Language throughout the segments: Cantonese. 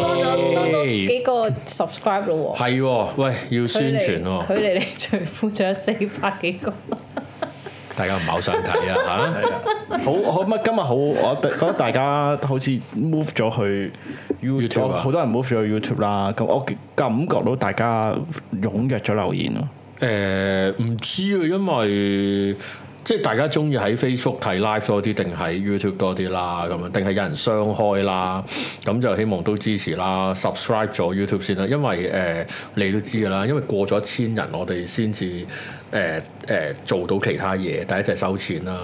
多多幾個 subscribe 咯喎。係喎，喂，要距宣離傳距喎，離你最富仲有四百幾個，大家唔係好想睇 啊嚇。好好乜今日好，我覺得大家好似 move 咗去 YouTube YouTube，啊好多人 move 咗去 YouTube 啦。咁我感覺到大家踴躍咗留言咯。誒唔、知啊，因為即係大家中意喺 Facebook 睇 live 多啲，定喺 YouTube 多啲啦，咁樣定係有人雙開啦，咁就希望都支持啦，subscribe 咗 YouTube 先啦，因為誒、呃你都知㗎啦，因為過咗千人，我哋先至誒誒做到其他嘢，第一就係收錢啦，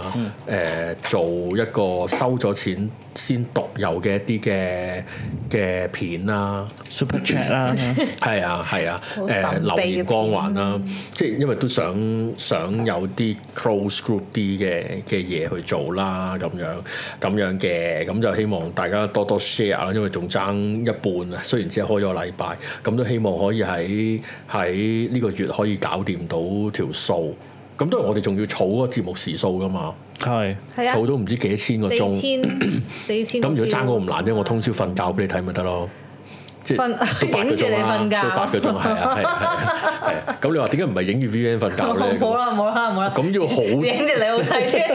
誒、做一個收咗錢先獨有嘅一啲嘅嘅片啦。 Super Chat 啦，係啊，係啊，好誒、神秘留嘅言光環啦、即係因為都想想有啲 close group 啲嘅嘅嘢去做啦，咁樣咁樣嘅，咁就希望大家多多 share 啦，因為仲爭一半啊，雖然只係開咗個禮拜，咁都希望可以喺喺呢個月可以搞掂到條數。咁當然我哋仲要儲嗰個節目時數噶嘛，係係啊儲，到唔知幾千個四鐘。千四千。咁如果爭我唔難啫，我通宵瞓覺俾你睇咪得咯。即係瞓都八個鐘啦，影住你瞓覺都八個鐘係啊係啊係啊係啊。咁你話點解唔係影住 VN 瞓覺咧？冇咁啦冇啦冇啦，咁要 好影住你好 睇啲，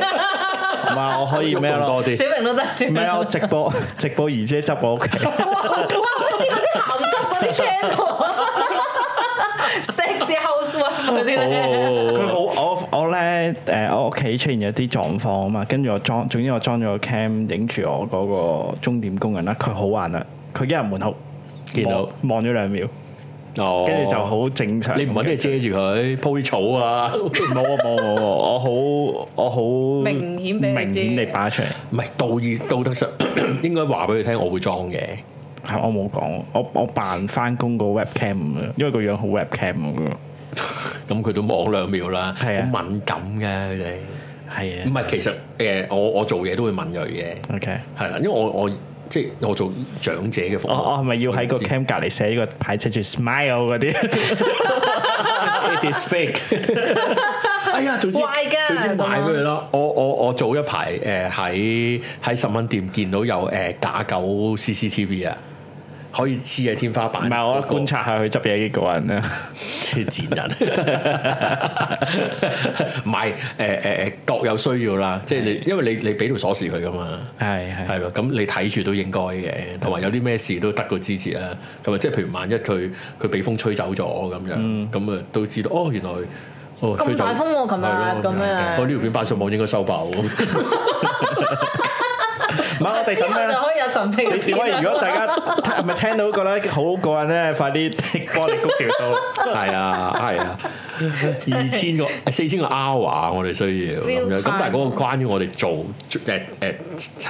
唔係我可以咩動咯多？啲。小明都得，小唔明係啊，都我得。直播 直播姨姐執我屋企，哇！好似嗰啲鹹濕嗰啲 channel，sexy housewife 嗰啲咧，佢哦，好我我咧誒我屋企出現咗啲狀況啊嘛，跟住我裝，總之我裝咗個 cam 影住我嗰個鐘點工人啦，佢好玩啦，佢一入門口見到望望咗兩秒，哦跟住就。好正常咁樣。你唔揾嘢遮住佢，鋪啲草啊？冇啊冇啊冇啊！我好我好明顯俾佢明知顯地擺出嚟，唔係道義道德上 應該話俾佢聽，我會裝嘅。係我冇講，我我扮翻工個 webcam 咁樣，因為個樣好 webcam 咁樣。咁佢都望兩秒啦，好係啊敏感嘅佢哋。係唔啊係，其實誒，我我做嘢都會敏鋭嘅， ，OK。係啦，因為我我即係我做長者嘅服務。我我係咪要喺個我知 cam 隔離寫呢個牌寫住 smile 嗰啲 It is fake 。哎呀，總之壞㗎總之買俾佢咯。我我我早一排誒喺喺十蚊店見到有誒、呃假狗 CCTV 啊，可以黐喺天花板。唔係我觀觀察察下佢執嘢呢個人啦。啲賤 人，唔係誒誒誒各有需要啦。即係你因為你你俾條鎖匙佢噶嘛。係係係咯，咁你睇住都應該嘅，同埋有啲咩事都得個支持啦。咁啊，即係譬如萬一佢佢俾風吹走咗咁樣，咁啊都知道哦，原來哦咁吹走大風喎琴日係咯咁樣嘅我呢條片擺上網應該收爆喎。之後就唔係我哋咁樣。可以有神秘嘅你喂，片如啦。果大家係咪聽到個咧好過癮咧，快啲幫你谷條 數。係啊，係啊，二千個四千個 hour 我哋需要咁 Real 樣，咁 time 但係嗰個關於我哋做誒誒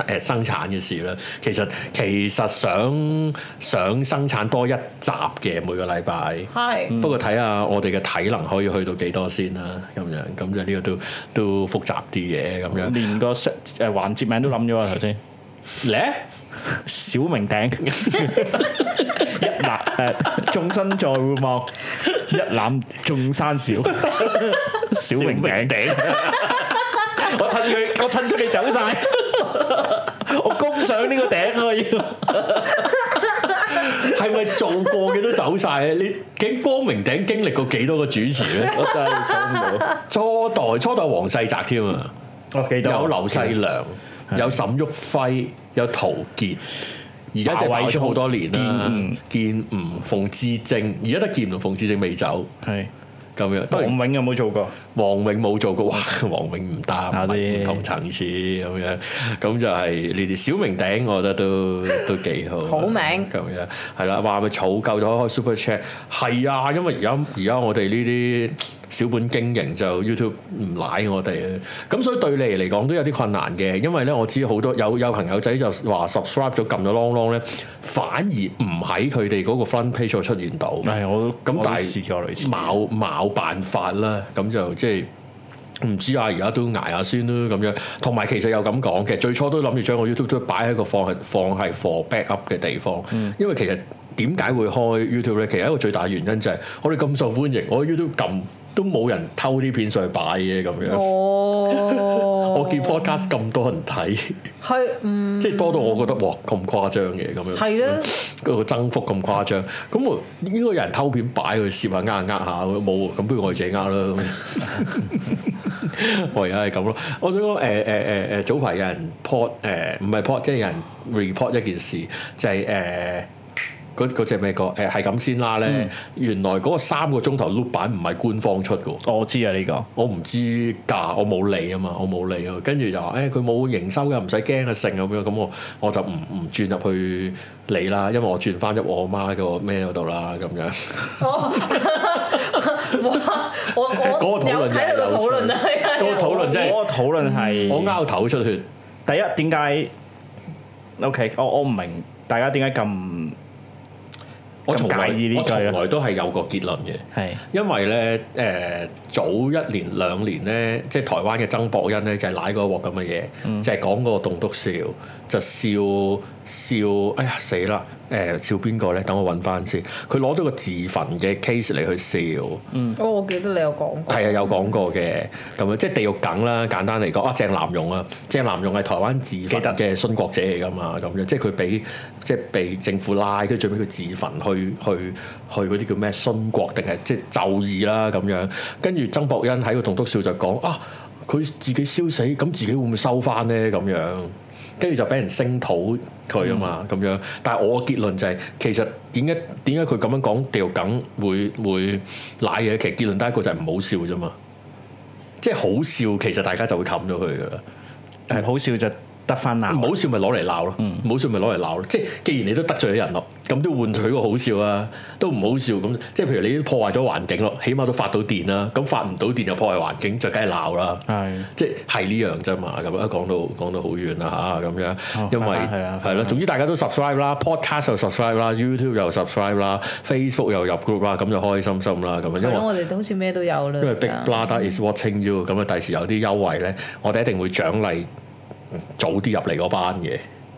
誒生產嘅事啦，其實其實想想生產多一集嘅每個禮拜。係不過睇下我哋嘅體能可以去到幾多先啦，咁樣咁就呢個都都複雜啲嘅咁樣。連個 set 誒環節名都諗咗啊頭先。咧小明頂一覽誒眾生在互望，一覽眾山小。小明頂頂，我趁佢，我趁佢哋走晒，我攻上呢個頂啊！要係咪做過嘅都走晒咧？啊你 經光明頂經歷過幾多個主持 咧？我真係想唔到，初代初代黃世澤添啊！我記得有劉世良，有沈旭輝，有陶傑，而家就擺咗好多年啦。見吳馮志正，而家得見吳馮志正未走係咁樣。當黃然永有冇做過？黃永冇做過，哇！ 黃永唔得，唔係啲唔同層次咁樣。咁就係呢啲小明頂，我覺得都都幾好。啊好名咁樣係啦，話咪儲夠咗開 Super Chat 係啊，因為而家而家我哋呢啲小本經營就 YouTube 唔奶我哋啊，咁所以對你嚟講都有啲困難嘅，因為咧我知好多有有朋友仔就話 subscribe 咗撳咗 long long 咧，反而唔喺佢哋嗰個 front page 度出現到。係我都咁我都但係試過類似，冇冇辦法啦，咁就即係。唔知啊，而家都捱下先啦，咁樣。同埋其實又咁講嘅，最初都諗住將個 YouTube 都擺喺個放係放係 for back up 嘅地方，嗯因為其實點解會開 YouTube 咧？其實一個最大原因就係我哋咁受嗯歡迎，我 YouTube 撳都冇人偷啲片上去擺嘅咁樣。哦，我見 podcast 咁多人睇，係嗯即係多到我覺得哇咁誇張嘅咁樣。係啦，個增幅咁誇張，咁我應該有人偷片擺去攝下呃下呃下，冇咁不如我哋自己呃啦咁 樣。我而家係咁咯，我想講呃誒誒誒誒，早排有人 po 誒、唔係 po 即係有人 report 一件事，就係、誒。嗰嗰隻咩歌？誒係咁先啦咧，原來嗰個三個鐘頭 loop 版唔係官方出嘅喎，我知啊呢個，我唔知價，我冇理啊嘛，我冇理啊。跟住就話誒，佢、冇營收嘅，唔使驚啊，剩咁樣。咁我我就唔唔轉入去理啦，因為我轉翻入我媽個咩嗰度啦，咁樣。哦 哇！我嗰我個討論有睇佢個真係有趣討論啊， 係啊嗰個討論真係我討論係我拗頭出血，第一點解？OK，我我唔明大家點解咁我從來咁介意呢我句啊從來都係有個結論嘅。係因為咧誒、早一年兩年咧，即係台灣嘅曾博恩咧就係舐嗰鑊咁嘅嘢，就係講個棟篤笑，就笑笑，哎呀死啦！誒、笑邊個咧？等我揾翻先。佢攞咗個自焚嘅 case 嚟去笑，哦，我記得你有講過，係啊有講過嘅咁啊樣，即係地獄梗啦。簡單嚟講，啊鄭南榕啊，鄭南榕係台灣自焚嘅殉國者嚟噶嘛，咁樣即係佢俾即係被政府拉，跟住最尾佢自焚去去去嗰啲叫咩殉國定係即係就義啦咁樣。跟住曾博恩喺個棟篤笑就講啊，佢自己燒死，咁自己會唔會收翻呢？咁樣跟住就俾人聲討佢啊嘛，咁樣。但係我嘅結論就係、其實點解點解佢咁樣講掉梗會會賴嘢？其實結論得一個就係唔好笑啫嘛。即係好笑，其實大家就會冚咗佢噶啦。唔好笑就得翻鬧。唔好笑咪攞嚟鬧咯，唔好笑咪攞嚟鬧咯。即係既然你都得罪咗人咯，咁都換取個好笑啊，都唔好笑咁。即係譬如你都破壞咗環境咯，起碼都發到電啦。咁發唔到電就破壞環境，就梗係鬧啦。係即係呢樣啫嘛，咁樣講到講到好遠啦啊嚇，咁樣，哦因為翻返去啦係啦，總之大家都 subscribe 啦，podcast 又 subscribe 啦，YouTube 又 subscribe 啦，Facebook 又入 group 啦，咁就開開心心啦，咁樣，啊因係為咯，。我哋都好似咩都有啦，啊因為 Big Brother is watching you，咁啊第時有啲優惠咧，我哋一定會獎勵早啲入嚟嗰班嘅。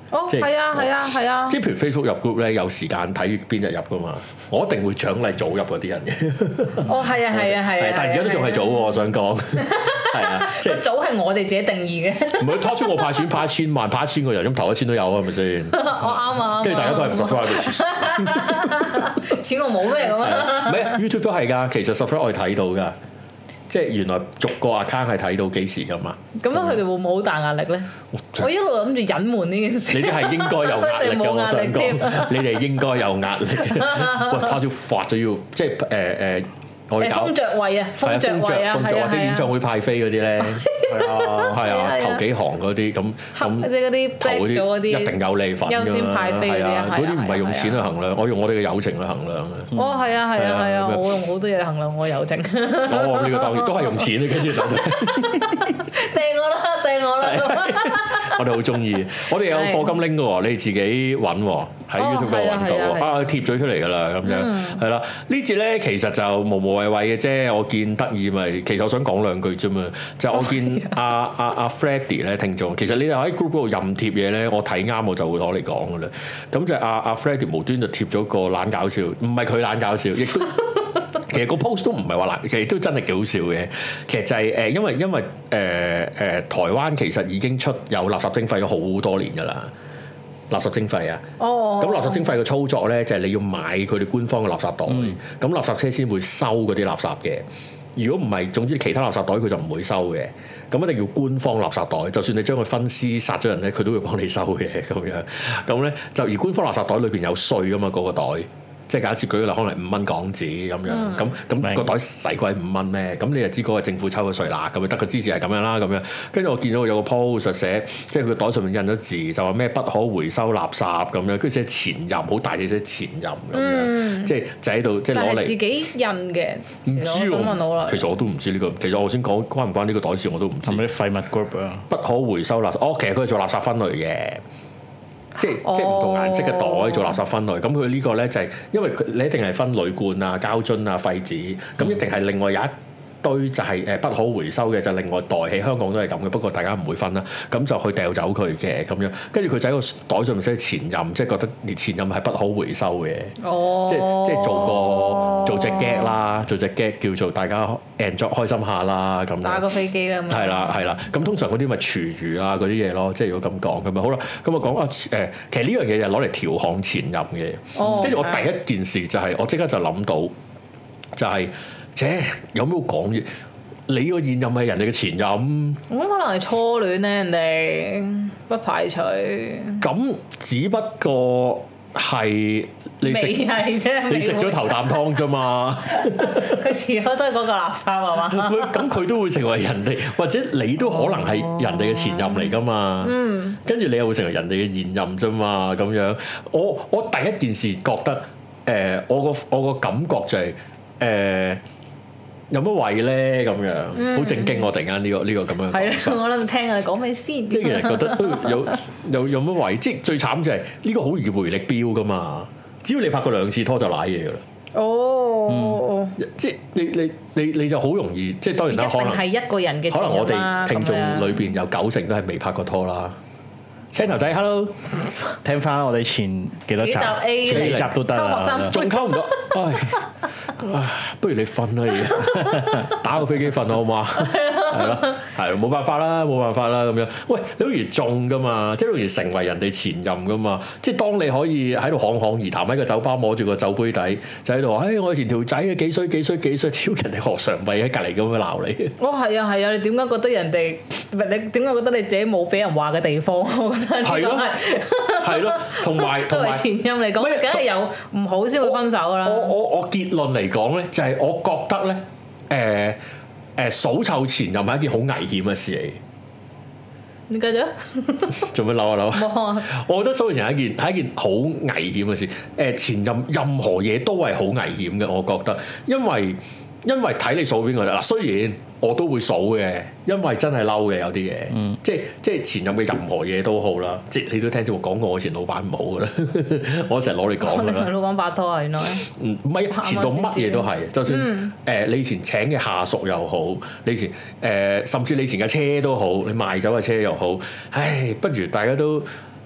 哦，即係係啊，係啊，係啊即，係譬如 Facebook 入 group 咧，有時間睇邊日入噶嘛，我一定會獎勵早入嗰啲人嘅。哦，係啊，係啊，係係啊，但係而家都仲係早喎，我想講。係啊，即個係組係我哋自己定義嘅， 唔會拖出我派錢派一千萬，派一千個人咁頭一千都有啊，係咪先？我啱啊，跟住大家都係唔 subscribe 嘅，黐線係錢我冇咩咁係啊，啊唔係 YouTube 都係㗎，其實 subscribe 我係睇到㗎，即係原來逐個 account 係睇到幾時㗎嘛。咁樣佢哋會唔會好大壓力咧？啊我一路諗住隱瞞呢件你事，哋係應該有壓力我哋嘅，冇我壓想 力講添，啊你哋應該有 壓力嘅。喂，他朝發咗要，即係誒誒，我 誒哋搞風著位啊，係啊風著位啊，風係著啊，或者演唱會會派飛嗰啲 咧，係啊，係係啊啊，頭幾行嗰啲咁即咁。係嗰啲投 black 咗嗰啲，一定有你份㗎啦優先派飛嗰啲係啊係啊，啊嗰啲唔係用錢去係啊衡量，我用我哋嘅友情去衡量嘅。哦，係啊，係係啊，啊係啊，咁樣我用好多嘢衡量我友情，掟哦，呢個當然都係用錢嘅，跟住就我啦，掟我啦，我哋好中意，我哋有係課金拎嘅喎，你哋自己揾喎，喺哦 YouTube 度係啊揾到係啊係喎，啊嗯啊貼咗出嚟㗎啦，咁樣係啦。呢節咧其實就無無謂謂嘅啫，我見得意咪，其實我想講兩句啫嘛，就我 見啊阿阿阿 Freddy 咧聽眾，其實你哋喺 group 嗰度任貼嘢咧，我睇啱我就會攞嚟講㗎啦。咁就阿阿 Freddy 無端就貼咗個懶搞笑，唔係佢懶搞笑，亦 都。其實個 post 都唔係話難，其實都真係幾好笑嘅。其實就係、誒，因為因為誒誒、台灣其實已經出有垃圾徵費咗好多年㗎啦，垃圾徵費啊。 哦，咁垃圾徵費嘅操作咧，就係、你要買佢哋官方嘅垃圾袋，咁、垃圾車先會收嗰啲垃圾嘅。如果唔係，總之其他垃圾袋佢就唔會收嘅。咁一定要官方垃圾袋，就算你將佢分屍殺咗人咧，佢都會幫你收嘅咁樣。咁咧就而官方垃圾袋裏邊有稅啊嘛，嗰、個袋。即係假設舉個例，可能五蚊港紙咁樣，咁咁明個袋使鬼五蚊咩？咁你就知嗰個政府抽咗稅啦，咁樣得個支持係咁樣啦，咁樣。跟住我見到有個 post 就寫，即係佢個袋上面印咗字，就話咩不可回收垃圾咁樣，跟住寫前任，好大隻寫前任咁樣，嗯即係就喺度即係但攞係自嚟。己印嘅，唔知其實我想問我啦喎，其，實我都唔知呢個，其實我先講關唔關呢個袋事我都唔知係。咪啲廢物 group 啊？不可回收垃圾。哦，其實佢係做垃圾分類嘅，即係即係唔同顏色嘅哦袋做垃圾分類。咁佢呢個咧就係、因為佢你一定係分鋁罐啊、膠樽啊、廢紙，咁一定係另外有一。堆就係誒不可回收嘅，就另外袋起。香港都係咁嘅，不過大家唔會分啦。咁就去掉走佢嘅咁樣，跟住佢就喺個袋上面寫前任，即係覺得連前任係不可回收嘅。哦，即係即係做過做政隻 get 啦，做隻 get 叫做大家 enjoy 開心下啦咁打樣個。飛機啦咁樣。係啦，係啦，咁通常嗰啲咪廚餘啊嗰啲嘢咯，即係如果咁講咁啊，好啦，咁我講啊誒、其實呢樣嘢就攞嚟調控前任嘅，哦跟住、我第一件事就係、我即刻就諗到就係、切有咩好講嘢？你個現任係人哋嘅前任，我諗可能係初戀咧，人哋不排除未咁只不過係你食係啫，你食咗頭啖湯啫嘛。佢遲早都係嗰個垃圾係嘛？喂 咁佢都會成為人哋，或者你都可能係人哋嘅前任嚟噶嘛。嗯，跟住你又會成為人哋嘅現任啫嘛。咁樣，我我第一件事覺得，誒、我個我個感覺就係、誒、有乜位咧咁樣，好、正經我突然間呢、個呢、個咁樣嗯係講啦，法。我諗聽佢講咩先。即係人覺 得、呃有有有乜位，即係最慘就係、呢、個好易回力標噶嘛。只要你拍過兩次拖就賴嘢噶啦，哦，即係你你你你就好容易，即係當一然定啦，嗯可能係一個人嘅可能我前任啦哋聽眾咁樣裏邊有九成都係未拍過拖啦。青頭仔，hello， 聽翻我哋前幾多集，幾集 A 前幾集嚟都得溝學啦生。仲溝唔到，唉，唉不如你瞓啦，而家 打個飛機瞓啦好嘛？ 係咯，係咯冇辦法啦，冇辦法啦咁樣。喂，你好易中噶嘛，即係你好易成為人哋前任噶嘛。即係當你可以喺度侃侃而談，喺個酒吧摸住個酒杯底，就喺度話：，唉、我以前條仔啊幾衰幾衰幾衰，超人哋何嘗咪喺隔離咁樣鬧 你。哦，係啊，係啊，你點解覺得人哋唔係你點解覺得你自己冇俾人話嘅地方？ 我覺得呢個係咯係係咯，同埋作同為埋。前任嚟講，唔係你梗係有唔好先會分手噶啦。我我我結論嚟講咧，就係、我覺得咧，誒、誒數臭前任係一件好危險嘅事你繼續啊，嚟，做咩扭啊扭 啊？冇啊，我覺得數臭前任係一件係一件好危險嘅事。誒、前任任何嘢都係好危險嘅，我覺得，因為因為睇你數邊個啦。嗱，雖然我都會數嘅，因為真係嬲嘅有啲嘢，即係即係前任嘅任何嘢都好啦。即係你都聽節目講過，我以前老闆唔好噶啦， 我成日攞嚟講你噶啦同。老闆拍拖啊，原來唔唔係前度乜嘢都啊係，就算誒、嗯你以前請嘅下屬又好，你以前誒、甚至你以前嘅車都好，你賣走嘅車又好，唉，不如大家都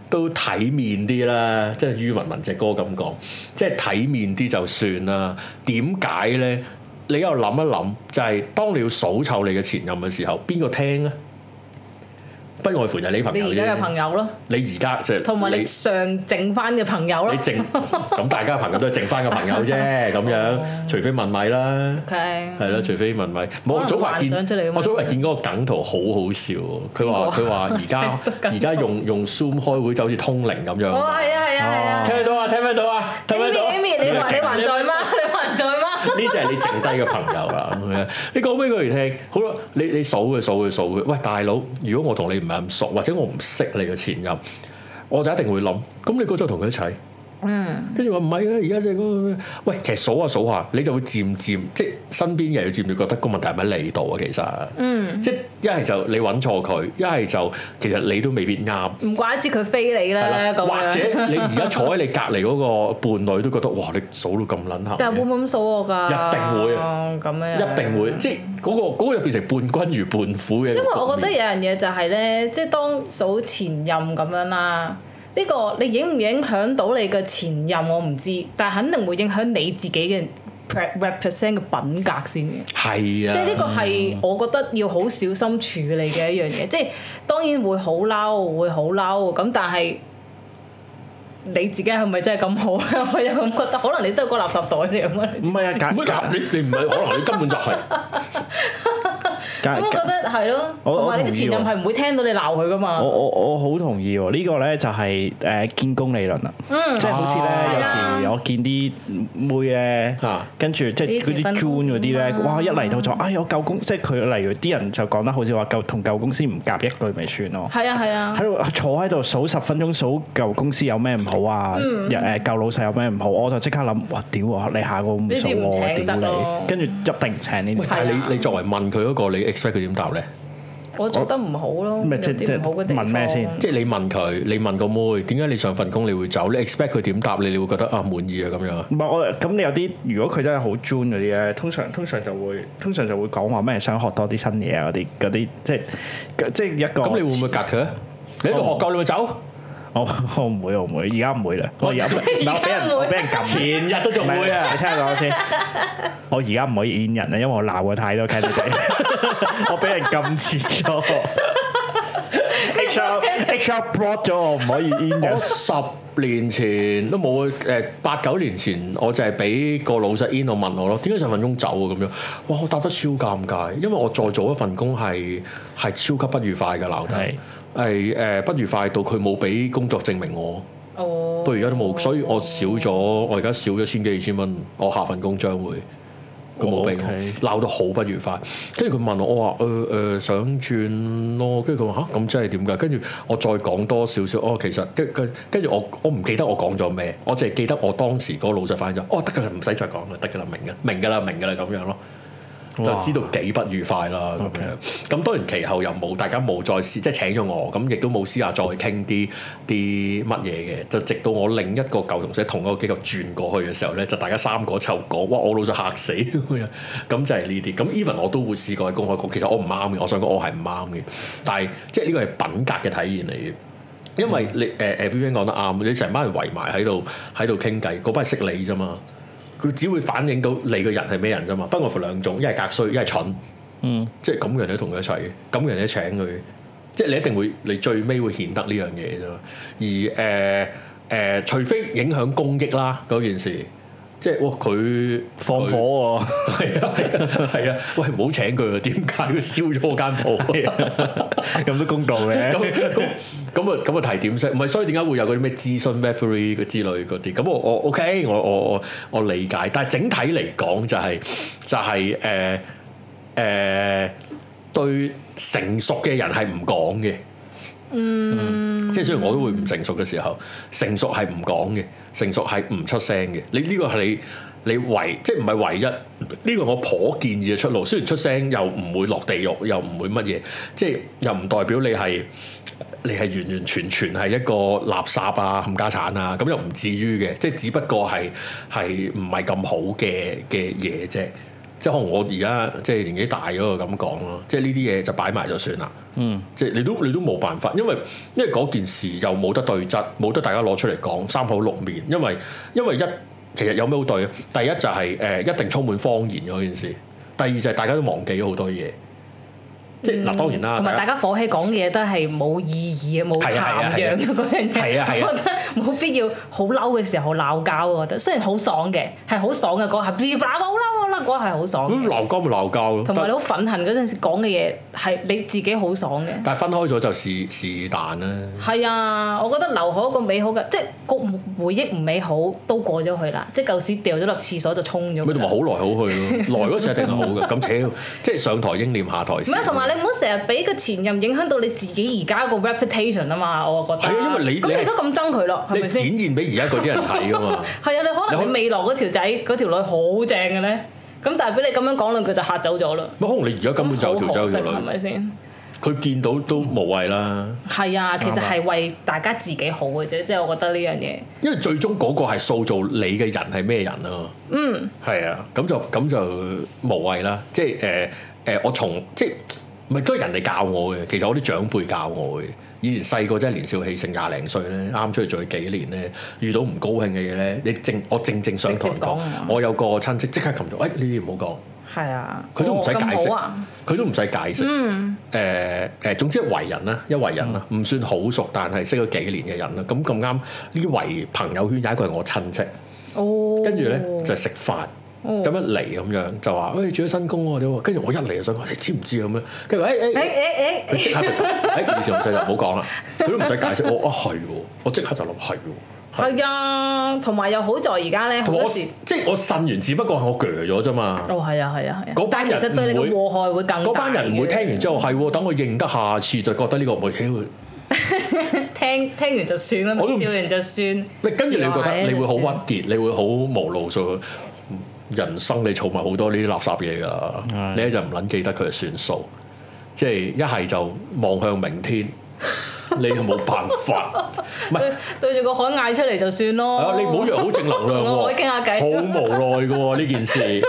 都體面啲啦，即係於文文隻歌咁講，即係體面啲就算啦。點解咧？你又諗一諗，就係、當你要數臭你嘅前任嘅時候，邊個聽咧？不外乎就係你朋你友而家嘅啫。朋友咯，你而家即係同埋你上剩翻嘅朋友咯你。 剩咁大家朋友都係剩翻個朋友啫，咁哦樣除非問米啦。 OK，係啦，除非問米。冇可能早排見幻想出嚟咁樣，我早排見嗰個梗圖好好笑。佢話邊佢話而 家而家用用 Zoom 開會就好似通靈咁哦，樣。係啊，係啊，係啊。聽唔聽到啊？聽唔聽到啊？聽唔聽到啊？ Amy，Amy，你還你還在嗎？你還在嗎？呢就係你剩低嘅朋友啦，咁樣你講俾佢哋聽，好啦，你你數佢數佢數佢，喂大佬，如果我同你唔係咁熟，或者我唔識你嘅前任，我就一定會諗，咁你嗰陣同佢一齊，嗯，跟住話唔係啊，而家即係嗰個咩喂，其實數下數下，你就會漸漸即係身邊嘅人漸漸覺得個問題係咪喺你度啊？其實，嗯，即係一係就你揾錯佢，一係就其實你都未必啱。唔怪之佢飛你啦係啦，咁或樣。者你而家坐喺你隔離嗰個伴侶都覺得，哇！你數到咁撚行，但係會唔會咁數我㗎？一定會啊咁樣。一定會，即係嗰、個嗰、個就變成伴君如伴虎嘅。因因為我覺得有樣嘢就係咧，即係當數前任咁樣啦。呢個你影唔影響到你嘅前任我唔知，但係肯定會影響你自己嘅 pre- represent 嘅品格先嘅。係啊，即係呢個係我覺得要好小心處理嘅一樣嘢。即係當然會好嬲，會好嬲咁，但係你自己係咪真係咁好咧？ 我又咁覺得，可能你都係個垃圾袋嚟咁啊。唔係啊，唔隔係隔嗱你你 唔係可能你根本就係、啊咁我隔覺得係咯，我同我埋你嘅同意前任喎係唔會聽到你鬧佢噶嘛我。我我好同意喎，呢個咧就係誒見工理論啦，即係好似啊咧有時我見啲妹咧啊，跟住即係啲嗰前啲婚 June 嗰啲咧，夫哇一嚟到就哎我舊公，即係佢例如啲人就講得好似話舊同舊公司唔夾一句咪算咯。係啊係啊喺。度坐喺度數十分鐘，數舊公司有咩唔好啊？嗯又誒舊老細有咩唔好？我就即刻諗，哇屌啊！你下個唔數呢啲唔我，請得屌咯你！跟住一定唔請呢喂啲，。但係係啊你你作為問佢嗰、個，你 expect 佢點答咧？我做得唔好咯，咪即有啲即唔好嘅地方問咩先即係你問佢，你問個妹點解你上份工你會走？你 expect 佢點答你？你會覺得啊滿意啊咁樣啊？唔係我咁，你有啲如果佢真係好 jun 嗰啲咧，通常通常就會通常就會講話咩想學多啲新嘢啊嗰啲嗰啲，即係即係一個。咁你會唔會隔佢啊？你喺度學夠你咪走？我 我唔會，我唔會，而家唔會啦。我而家唔係而唔係我俾家唔人會我俾人撳前日都仲會啊唔係你聽我講先。我而家唔可以演人啊，因為我鬧過太多 candidate，我俾人禁止咗。HR HR block 咗我，唔可以演人我。十年前都冇誒八九年前，我就係俾個老實 in 我問我咯，點解十分鐘走啊咁樣？哇！我答得超尷尬，因為我再做一份工係係超級不愉快嘅鬧得係係誒不愉快到佢冇俾工作證明我，哦，不過而家都冇，所以我少咗我而家少咗千幾二千蚊，我下份工將會。佢冇俾我 OK 鬧到好不愉快，跟住佢問我，我話誒誒想轉咯，跟住佢話吓咁即係點㗎？跟住我再講多少少，哦其實跟跟跟住我我唔記得我講咗咩，我淨係記得我當時嗰個老細反應咗，哦得㗎啦，唔使再講啦，得㗎啦，明㗎，明㗎啦，明㗎啦咁樣咯。就哇知道幾不愉快啦咁樣，咁當然其後又冇，大家冇再私即係請咗我，咁亦都冇私下再傾啲啲乜嘢嘅，就直到我另一個舊同事同一個機構轉過去嘅時候咧，就大家三個湊講，哇！我老實嚇死 咁樣，咁就係呢啲。咁 even 我都會試過喺公開局，其實我唔啱嘅，我想講我係唔啱嘅，但係即係呢個係品格嘅體現嚟嘅。因為你誒誒 v i v i 講得啱，你成班人圍埋喺度喺度傾偈，嗰班係識你啫嘛，佢只會反映到你個人係咩人啫嘛，不外乎兩種，一係格衰，一係蠢，嗯，即係咁嘅人都同佢一齊嘅，咁嘅人都請佢，即係你一定會你最尾會顯得呢樣嘢啫嘛，而誒誒、除非影響公益啦嗰件事，即係哇佢放佢 火喎。係啊係啊係啊，喂唔好請佢啊，點解佢燒咗我間鋪啊？咁都公道嘅咁。咁咁啊咁啊提點聲，唔係所以點解會有嗰啲咩諮詢 referee 嗰之類嗰啲？咁我我 OK，我我我我理解，但係整體嚟講就係、就係誒誒對成熟嘅人係唔講嘅。嗯，即係雖然我都會唔成熟嘅時候，成熟係唔講嘅，成熟係唔出聲嘅。你呢個係你你唯即係唔係唯一呢個我頗建議嘅出路。雖然出聲又唔會落地獄，又唔會乜嘢，即係又唔代表你係你係完完全全係一個垃圾啊、冚家產啊，咁又唔至於嘅。即係只不過係係唔係咁好嘅嘅嘢啫。即係可能我而家即係年紀大咗就咁講咯，即係呢啲嘢就擺埋就算啦。嗯，即係你都你都冇辦法，因為因為嗰件事又冇得對質，冇得大家攞出嚟講三口六面，因為因為一其實有咩好對啊？第一就係、誒、一定充滿謊言嗰件事，第二就係大家都忘記咗好多嘢，即係嗱、當然啦，嗯同埋大家火氣講嘢都係冇意義嘅，冇係啊係啊涵養嘅嗰樣嘢。係啊係啊 我覺得冇必要好嬲嘅時候鬧交啊喎。我覺得雖然好爽嘅，係好爽嘅嗰下，嗶啦好嬲好嬲嗰下係好爽咁嘅。鬧交咪鬧交咯，同埋但你好憤恨嗰陣時講嘅嘢係你自己好爽嘅。但係分開咗就是是但啦。係啊，我覺得留好一個美好嘅，即係個回憶唔美好都過咗去啦。即係舊屎掉咗落廁所就沖咗佢咪同埋啦。好來好 去咯，來嗰時一定係好嘅。咁屌，即係上台應念下台唔先。係，同埋你唔好成日俾個前任影響到你自己而家個 reputation 啊嘛，我覺得。係啊因為你咁你你都咁憎佢咯，係你咪先？展現俾而家嗰啲 人睇噶嘛。係啊，你可能你可你未來嗰條仔嗰條女好正嘅咧，咁但係俾你咁樣講兩句就嚇走咗啦。乜可能你而家根本就有條仔有好可惜條係女，咪先？佢見到都無謂啦。係啊，其實係為大家自己好嘅啫，即係我覺得呢樣嘢。因為最終嗰個係塑造你嘅人係咩人啊？嗯，係啊，咁就咁就無謂啦。即係誒誒，我從即係唔係都係人哋教我嘅，其實我啲長輩教我嘅。以前細個真係年少氣盛，廿零歲咧，啱出去做幾年咧，遇到唔高興嘅嘢咧，你正我正正想同人講直接講啊，我有個親戚即刻擒咗，哎誒呢啲唔好講。係啊，佢都唔使哦咁解釋好啊。嗯佢都唔使解釋。誒誒、總之為人啦，一為人啦，唔算好熟，但係識咗幾年嘅人啦。咁咁啱呢圍朋友圈有一個係我親戚，哦，跟住咧就食飯。咁一嚟咁樣就話，喂、住咗新工喎，點喎？跟住我一嚟就想講，你知唔知咁樣？跟住誒誒，誒欸誒誒佢即刻就，哎誒以前唔使就唔好講啦，佢都唔使解釋。我啊係喎，我即刻就諗係喎，係係啊，同埋又好在而家咧好同埋多我時，即係我呻完，只不過係我鋸咗啫嘛。哦係啊係啊係嗰班啊，但係其人實對你唔會嘅禍害會更大嘅。嗰班人唔會聽完之後係喎，等我認得下次就覺得呢個唔會，屌聽聽完就算啦，我都唔笑完就算。你跟住你會覺話得咧你會好啊鬱就算結，你會好無路數。人生你儲埋好多呢啲垃圾嘢㗎，係你一就唔撚記得佢就算數，即係一係就望向明 天，你又冇辦法。唔係對對住個海嗌出嚟就算啊咯。你唔好以為好正能量哦我喎可以傾下，偈好無奈㗎喎呢件事。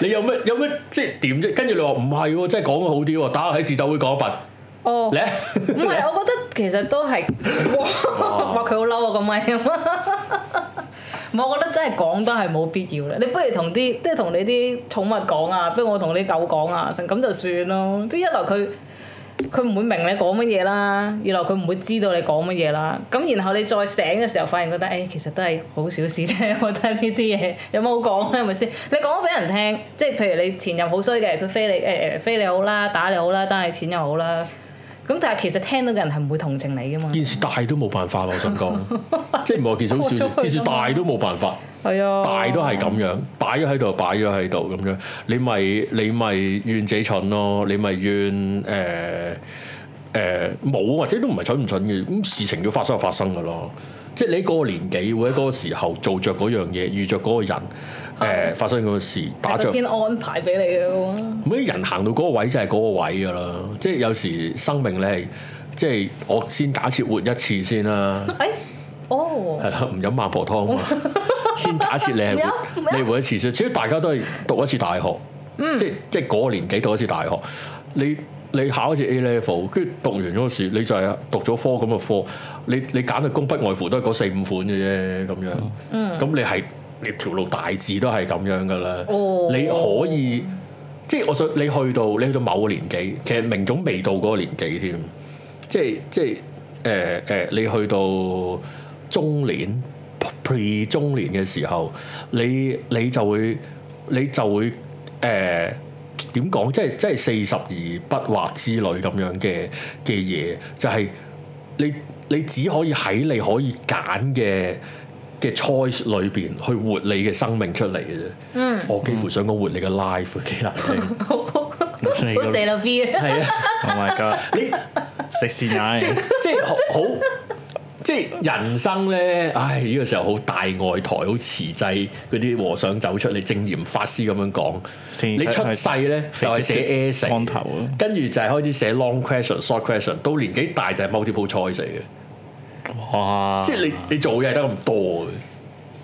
你有咩有咩即係點啫？跟住你話唔係喎，即係講得好啲喎，打下喺市就會講一筆。哦，你唔係，我覺得其實都係，哇！哇，佢好嬲啊個咪啊！唔係，我覺得真係講都係冇必要啦。你不如同啲即係同你啲寵物講啊，不如我同你狗講啊，成咁就算咯。即係一來佢佢唔會明你講乜嘢啦，二來佢唔會知道你講乜嘢啦。咁然後你再醒嘅時候，發現覺得誒、哎其實都係好小事啫。 我覺得呢啲嘢有冇好講啊咧？係咪先？你講咗俾人聽，即係譬如你前任好衰嘅，佢飛你誒誒、飛你好啦，打你好啦，爭你錢又好啦。咁但係其實聽到嘅人係唔會同情你噶 嘛。件事大都冇辦法，我想 講，即係唔係話件事好小事過咗去啦，嘛件事大都冇辦法。係啊，大都係咁樣，擺咗喺度，擺咗喺度咁樣，你咪你咪怨自己蠢咯，你咪怨誒誒冇或者都唔係蠢唔蠢嘅，咁事情要發生就發生噶咯，即係你喺嗰個年紀會喺嗰個時候做着嗰樣嘢，遇着嗰個人誒、呃、發生嗰個事，打係着個。天安排俾你嘅喎。每人行到嗰個位就係嗰個位㗎啦，即係有時生命你係即係我先假設活一次先啦，誒、哎哦，係啦，唔飲孟婆湯啊嘛， 先假設你係活唔飲唔飲嗯你活一次先，只要大家都係讀一次大學，即係即係嗰個年紀讀一次大學，你你考一次 A level，跟住讀完嗰個時，你就係啊讀咗科咁嘅科，你你揀嘅工不外乎都係嗰四五款嘅啫，咁樣，咁、嗯你係你條路大致都係咁樣㗎啦，哦你可以。即係我想你去到你去到某個年紀，其實明總未到嗰個年紀添，即係即係誒誒，你去到中年 pre 中年嘅時候，你你就會你就會誒點講，即係即係四十而不惑之類咁樣嘅嘅嘢，就係、你你只可以喺你可以揀嘅。嘅 choice 裏邊去活你嘅生命出嚟嘅啫，嗯、我幾乎想講活你嘅 life 幾難聽，你好個射啦 B 啊！係啊。 Oh my god！你食屎奶，即即係好好，即係人生咧，唉！呢、個時候好大愛台，好慈濟嗰啲和尚走出嚟，正嚴法師咁樣講，正你出世咧就係寫 essay，光頭啊跟住就係開始寫 long question、short question，到年紀大就係 multiple choice 嚟嘅。哇！即係你你做嘢得咁多嘅。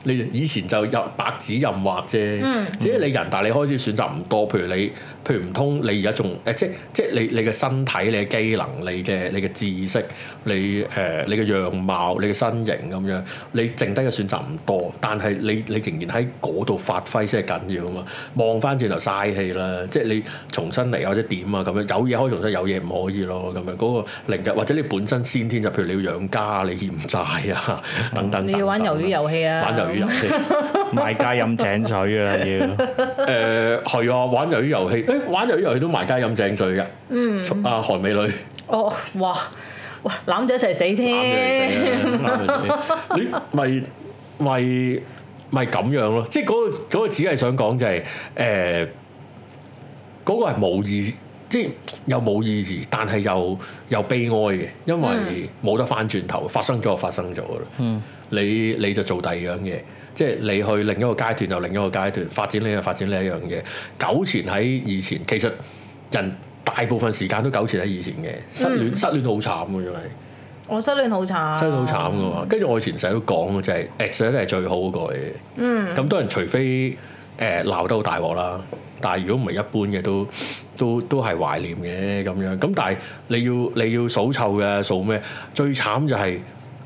你以前就入白紙任畫啫，嗯只係你人大你開始選擇唔多，譬如你，譬如唔通你而家仲誒，即即係你你嘅身體、你嘅機能、你嘅你嘅知識、你誒、呃你嘅樣貌、你嘅身形咁樣，你剩低嘅選擇唔多，但係你你仍然喺嗰度發揮先係緊要啊嘛。望翻轉頭嘥氣啦，即係你重新嚟或者點啊咁樣，有嘢可以重新，有嘢唔可以咯咁樣。嗰、個靈嘅或者你本身先天就譬如你要養家、你欠債啊等等嗯你要玩魷魚遊戲啊！玩魷魚遊戲，賣家飲井水啊要，誒係啊，玩魷魚遊戲，誒玩魷魚遊戲都埋街飲井水嘅，嗯，啊韓美女攬哦，哇！哇攬咗一齊 死住嚟添，食啊攬住嚟食， 你咪咪咪咁樣咯，即係嗰、個嗰個只係想講就係誒嗰個係冇意，即係又冇意義，但係又又悲哀嘅，因為冇得翻轉頭，發生咗就發生咗噶啦，嗯，你你就做第二樣嘢。即係你去另一個階段又另一個階段，發展呢樣發展呢一樣嘢，糾纏喺以前，其實人大部分時間都糾纏喺以前嘅，失戀、失戀好慘嘅，因為我失戀好慘，失戀好慘嘅嘛。跟住我以前成日都講嘅就係 ex 一定係最好嗰個嚟嘅。嗯，咁當然除非誒鬧、得好大鑊啦，但係如果唔係一般嘅都都都係懷念嘅咁樣。咁但係你要你要數臭嘅數咩？最慘就係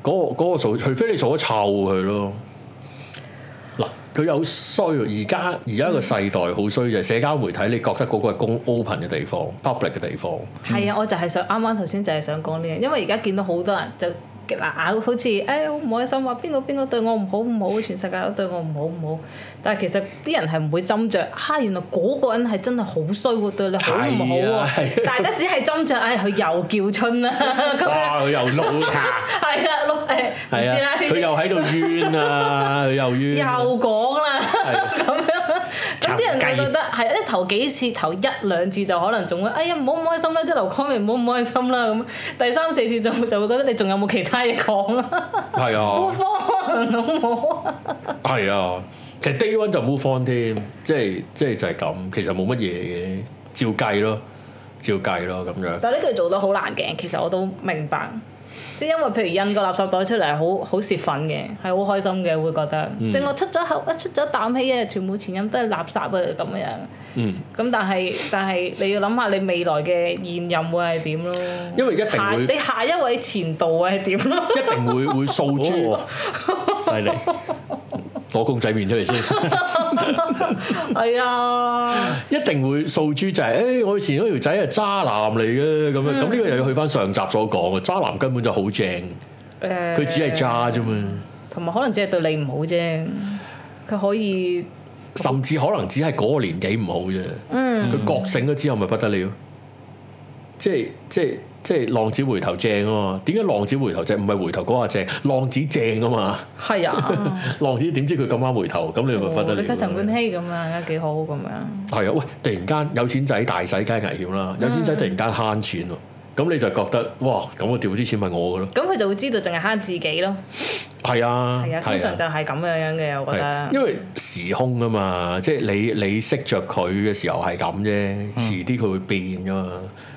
嗰、個嗰、個數，除非你數得臭佢咯。嗱，佢有衰喎，而家而家個世代好衰就係社交媒體，你覺得嗰個係公 open 嘅地方、public 嘅地方。係啊，我就係想啱啱頭先就係想講呢樣，因為而家見到好多人就嗱咬好似誒好唔開心，話邊個邊個對我唔好唔好，全世界都對我唔好唔好。但係其實啲人係唔會斟酌，哈、原來嗰個人係真係好衰喎，對你好唔好係喎？啊係啊大家只係斟酌，唉、佢又叫春啦咁樣，哇！佢又老茶。係啊，碌誒唔係啊知啦，，佢又喺度冤 啊，佢又冤，又講啦， 咁樣咁啲人搞就雞覺得係即係頭幾次頭一兩次就可能仲會，哎呀唔好唔開心啦，即係劉康明唔好唔開心啦咁。第三四次就 就會覺得你仲有冇其他嘢講啦，係好啊，荒老母啊！係啊。其實 day one 就 move on 添，即係即係就係咁，其實冇乜嘢嘅，照計咯，照計咯咁樣。但係呢句做得好難嘅，其實我都明白，即係因為譬如印個垃圾袋出嚟，好好泄憤嘅，係好開心嘅，會覺得，即係我出咗口一出咗啖氣嘅，全部前任都係垃圾啊咁樣。嗯。咁但係但係你要諗下你未來嘅現任會係點咯？因為一定下會你下一位前度會係點 咯？一 定會會掃珠，哦犀利，攞公仔面出嚟 先，係啊，一定會掃珠就係、誒、我以前嗰條仔係渣男嚟嘅咁樣，咁呢、個又要去翻上集所講嘅，啊渣男根本就好正，誒佢只係渣啫嘛，同埋可能只係對你唔好啫，佢可以甚至可能只係嗰個年紀唔好啫，佢、嗯覺醒咗之後咪不得了，即係即係即係浪子回頭正啊嘛，點解浪子回頭正唔係回頭嗰下正，浪子正啊嘛，係啊，浪子點知佢咁啱回頭，咁你咪不得哦了。你睇陳冠希咁樣，而家幾好咁樣。係啊，喂！突然間有錢仔大使梗係危險嗯啦，有錢仔突然間慳錢喎，咁你就覺得哇，咁我掉啲錢咪我嘅咯，咁佢就會知道淨係慳自己咯，係啊，係啊，通常就係咁樣樣嘅，我覺係啊得。因為時空啊嘛，即係你你識着佢嘅時候係咁嗯啫，遲啲佢會變噶嘛，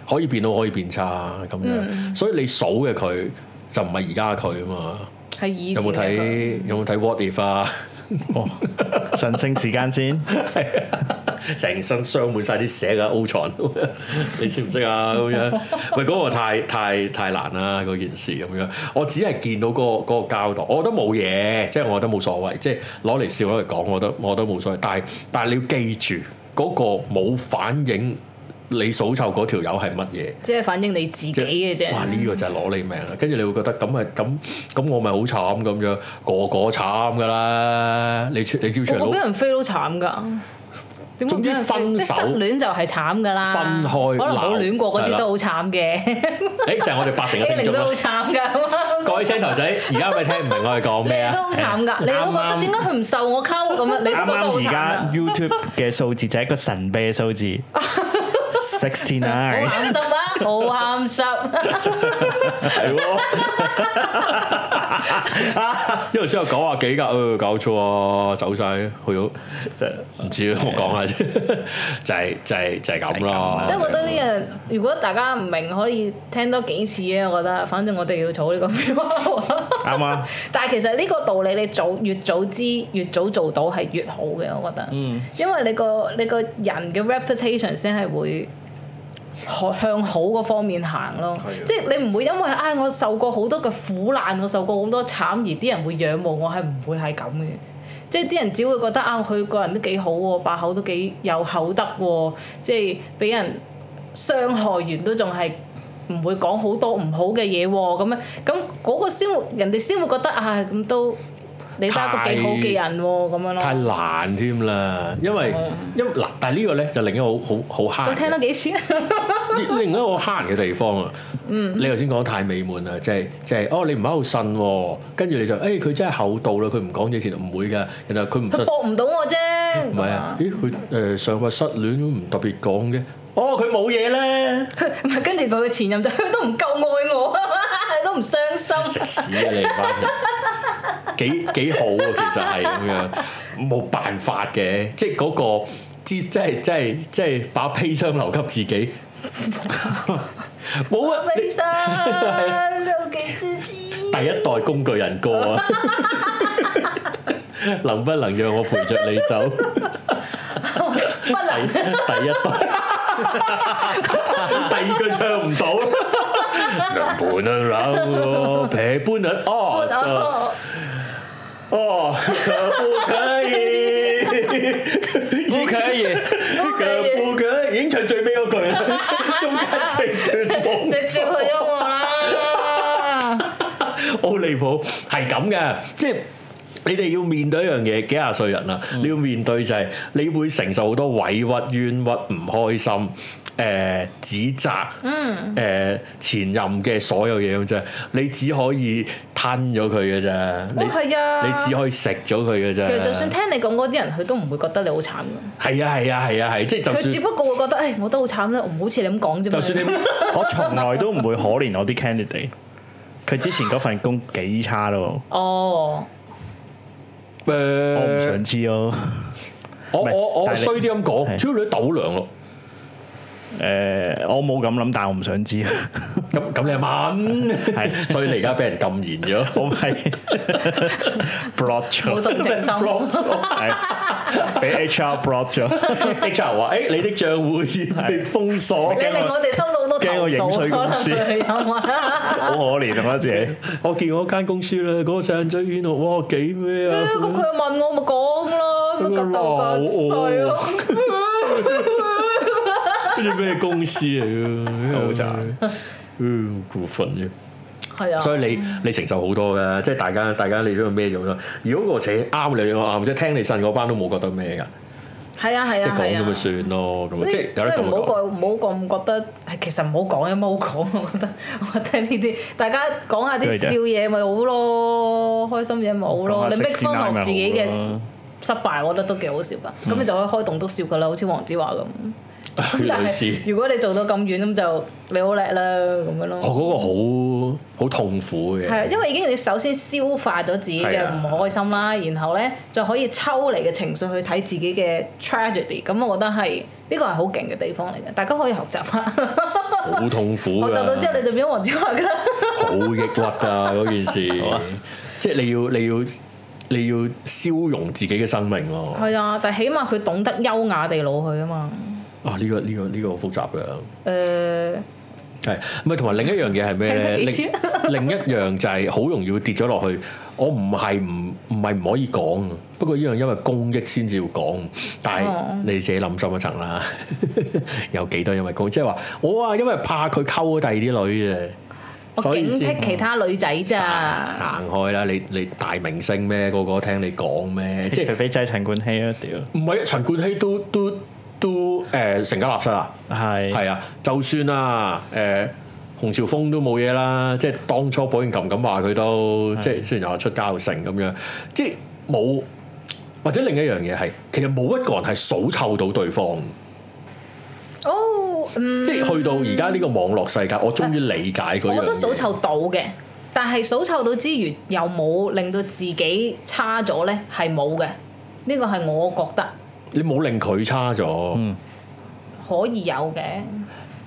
可以變好可以變差咁樣，嗯所以你數嘅佢就唔係而家嘅佢啊嘛，係以有前冇嘅佢睇有冇睇 What If 啊？哦神聖時間先， 成身鑲滿晒啲石啊 O 床， 你識唔識啊咁樣？喂，嗰、個太太太難啦，嗰件事咁樣。我只係見到嗰、個嗰個交代，我覺得冇嘢，即係我覺得冇所謂，即係攞嚟笑攞嚟講，我覺得我覺得冇所謂。但係但係你要記住，嗰、個冇反映你數臭嗰條友係乜嘢。即係反映你自己嘅啫。哇！呢、個就係攞你命啦，跟住你會覺得咁咪咁咁我咪好慘咁樣，個個慘噶啦！你出你招長我佬我俾人飛都慘㗎。點會總之俾人飛分手即係失戀就係慘㗎啦。分開可能冇戀過嗰鬧啲都好慘嘅，誒就係我哋八成嘅欺聽 凌眾啊都啦好。慘㗎。各位青頭仔，而家咪聽唔明我哋講咩你啊都？好慘㗎，你都覺啱得啱點解佢唔受我溝咁樣？你都啱覺得好啱而慘家啊！ YouTube 嘅數字就係一個神秘嘅數字，sixty 好 nine，鹹濕啊！好鹹濕，係喎，因為先有九啊幾㗎，誒搞錯啊，走晒去咗，唔知啊，我講下啫， 就係就係就係咁啦。即係覺得呢樣，如果大家唔明，可以聽多幾次啊！我覺得，反正我哋要儲呢個 feel。啱啊，但係其實呢個道理你早越早知越早做到係越好嘅，我覺得。嗯因為你個你個人嘅 reputation 先係會向向好嗰方面行咯係啊，即係你唔會因為唉、我受過好多嘅苦難，我受過好多慘，而啲人會仰慕我係唔會係咁嘅。即係啲人只會覺得啊，佢個人都幾好喎，把口都幾有口德喎，即係俾人傷害完都仲係唔會講好多唔好嘅嘢喎，咁樣咁嗰個先會人哋先會覺得啊，咁都你都係一個幾好嘅人喎，咁樣太咯。難添啦，因為因為嗱，但係呢個咧就另一個好好好嗯想慳聽嘅多幾次啊？ 另一個慳人嘅地方啊，嗯你頭先講得太美滿啦，即係即係哦，你唔喺度信喎，跟住你就誒佢真係厚道啦，佢唔講嘢前唔會㗎，其實佢唔佢信。搏唔到我啫。唔係啊？咦，佢誒、上個失戀都唔特別講嘅。哦，佢冇嘢啦，唔 係，跟住佢嘅前任就 佢都唔夠愛我， 都唔傷心。屎啊你班人！ 幾幾好啊，其實係咁樣，冇辦法嘅，即係嗰、個知，即係即係即係把悲傷留給自 己。冇啊！你悲傷都幾自知。第一代工具人歌 啊，能不能讓我陪着你走？不第能第一代，第二句唱唔到。能不能讓我陪伴人？哦，這哦哦，可不可以？不可以，可不可以？已經唱最尾嗰句啦，中間成段冇。直接去咗我啦。好離譜，係咁嘅，即係。你哋要面對一樣嘢，幾廿歲人啦，你要面對就係你會承受好多委屈、冤屈、唔開心、誒、指責、誒、前任嘅所有嘢咁啫，你只可以吞咗佢嘅啫， 你哦係啊你只可以食咗佢嘅啫。其實就算聽你講嗰啲人，佢都唔會覺得你好慘㗎。係啊係啊係啊係，即係就佢只算不過會覺得，誒，我都好慘啦，我唔好似你咁講啫嘛。就 算你我從來都唔會可憐我啲 candidate，佢之前嗰份工幾差咯，哦，誒，我唔想知咯，我唔係我我但係你衰啲咁講，係超女斗涼咯。誒，我冇咁諗，但係我唔想知， 誒咁咁你問，係所以你而家俾人禁言咗。我 咪 block 冇咗，同情心。 block 咗係俾 HR block 咗， HR 話：誒， 你的帳戶被封鎖你，令我哋收到好多投驚我影訴，啊水可公能司佢有啊。好可憐啊我自己。我見嗰間公司咧，嗰個上追冤枉，哇幾咩啊！哎咁佢又問我咪講咯，咁咁大歲咯。啲咩公司嚟 嘅？好渣嗯，股份啫。係啊，所以你你承受好多嘅，即係大家大家你都要孭咗啦。如果個扯啱你，我啱，即係聽你呻嗰班都冇覺得咩㗎，係啊，係即啊係，係講咁咪啊。算咯。咁所啊以即係所以有得咁唔好 講。咁唔好咁覺得，係其實唔好講有乜好講，啊我覺得我聽呢啲，大家講下啲對啫笑嘢咪好咯，開心嘢咪好咯，你 make fun of 自己嘅失敗，我覺得都幾好笑噶。咁你就可以開棟篤笑噶啦，好似黃子華咁。咁但嗯 類係似如果你做到咁遠咁就你好叻啦咁樣咯。我哦嗰個好好痛苦嘅係，啊，因為已經你首先消化咗自己嘅係啊唔開心啦，然後咧就可以抽離嘅情緒去睇自己嘅 tragedy，咁我覺得係呢個係好勁嘅地方嚟嘅，大家可以學習下。啊好痛苦 啊㗎。學習到之後你就變咗黃子華㗎 啦。好抑鬱啊！嗰件事，即係你要你要你要消融自己嘅生命咯。係啊，但係起碼佢懂得優雅地老去啊嘛。啊！呢、個呢、個呢、個好複雜嘅。 誒、係，唔係同埋另一樣嘢係咩咧？係咪另你知 另一樣就係好容易會跌咗落去。我唔係唔唔係唔可以講，不過呢樣因為攻擊先至要講。但係哦你自己諗深一層啦， 有幾多因為攻擊？即係話我啊，因為怕佢溝第二啲女我嘅，所以警先惕其他女仔咋。行開啦！你你大明星咩？個個聽你講 咩？即即係係除非真係陳冠希啊，屌，唔係陳冠希都都都誒、呃成家立室啊！係係啊，就算啊，誒、洪朝峰都冇嘢啦，即係當初保應琴咁話佢都，即係雖然又話出家又成咁樣，即係冇或者另一樣嘢係，其實冇一個人係數湊到對方，嗯哦，嗯，即係去到而家呢個網絡世界，我終於理解嗰樣我嘢。覺得數湊到嘅，但係數湊到之餘又冇令到自己差咗咧，係冇嘅。呢個係我覺得。你冇令佢差咗，可以有嘅，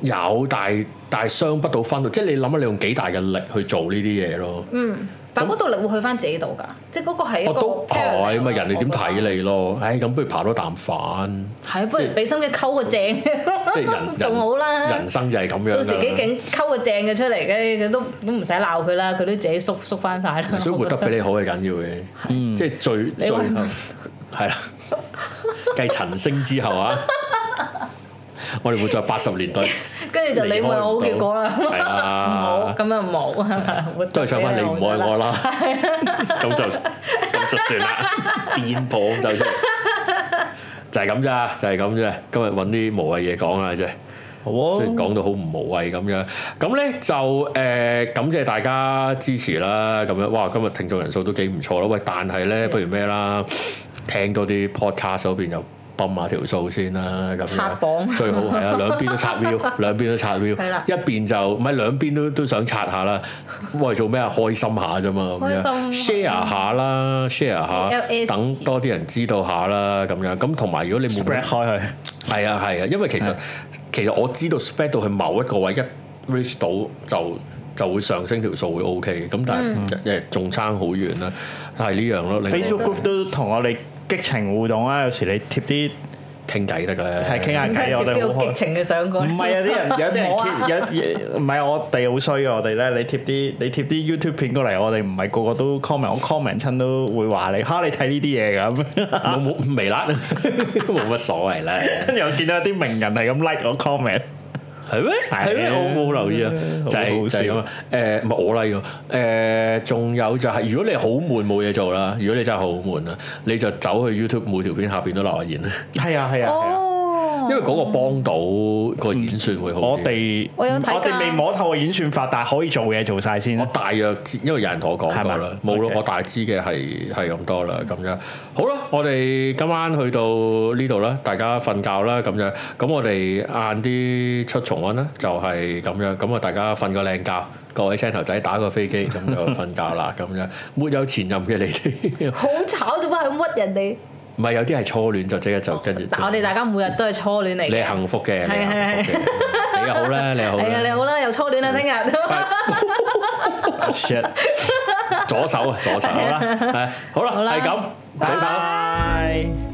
有但係但係傷不到分，即係你諗下你用幾大嘅力去做呢啲嘢咯。嗯，但嗰度力會去翻自己度㗎，即係嗰個係一我哦個都 parallel 係咪人哋點我覺得睇你咯？唉，咁不如扒多啖 飯。係啊不即如係俾心機溝 個正，即係人仲好啦。人生就係咁樣啊啦。到時幾勁溝個正嘅出嚟嘅，佢都都唔使鬧佢啦，佢都自己縮縮翻晒啦。所以活得我覺比你好係緊要嘅，即係最你最話 係啦。繼陳星之後 啊，我哋活在八十年代， 跟住就你離開會有好唔到結果啦。係 唔好啊，咁樣冇係 咪？活得都係唱翻你唔愛我比 啦，咁就咁就算啦，癲婆咁就出嚟，就係咁咋，就係咁啫。今日揾啲無謂嘢講啊啦啫。好雖然啊，講到好唔無謂咁樣，咁咧就誒、呃感謝大家支持啦，咁樣哇，今日聽眾人數都幾唔錯啦，喂，但係嗯咧不如咩啦，聽多啲 podcast 嗰邊又泵下條數先啦，咁樣刷榜最好 係啊，兩邊都刷 view，兩邊都刷 view，係啦一邊就唔係兩邊都都想刷下啦，喂，做咩啊？開心下啫嘛，咁樣開心 share 下啦，share 下 CLS，等多啲人知道下啦，咁樣咁同埋如果你冇 spread 開佢，係啊係啊，因為其實其實我知道 spread 到去某一個位一 reach 到就就會上升條數會 OK 嘅，咁但係誒仲差好遠啦，係呢樣咯。另外 Facebook group 都同我哋激情互動啊！有時你貼啲傾偈得㗎咧，係傾下你愛偈，我點我解哋要好激開。情嘅上過嚟？唔係啊！啲人有啲人唔好啊 keep 有唔係啊我哋好衰嘅，我哋咧你貼啲你貼啲 YouTube 片過嚟，我哋唔係個個都 comment，我 comment 親都會話你嚇你睇呢啲嘢咁， 冇冇微辣， 冇乜所謂啦。跟住我見到有啲名人係咁 like 我 comment，係咩？係啊係咩？我冇留意啊，就係好好就笑係咁啊。誒，唔係我 like 喎。誒，仲有就係，如果你好悶冇嘢做啦，如果你真係好悶啊，你就走去 YouTube 每條片下邊都留下言啦，係啊係啊係啊！ 哦，因為嗰個幫到個演算會好啲。我哋我有睇㗎我哋未摸透個演算法，但係可以做嘅嘢做晒先我啦。大約知，因為有人同我講過啦係嘛，冇咯 OK，我大致知嘅係係咁多啦，咁樣好啦，我哋今晚去到呢度啦，大家瞓覺啦，咁樣咁我哋晏啲出重温啦，就係咁樣，咁啊大家瞓個靚覺，各位青頭仔打個飛 機，咁就瞓覺啦，咁樣沒有前任嘅你哋， 好炒做乜係屈人哋？唔唔係有啲係初戀就即刻就跟住。但我哋大家每日都係初戀嚟你嘅係。幸福嘅，你係係係幸福嘅，你又好啦，你又好係啊，你啦，好啦，又初戀啦，聽日。 shit，左手啊，左手好啦，係好啦，好啦係咁，早唞。拜。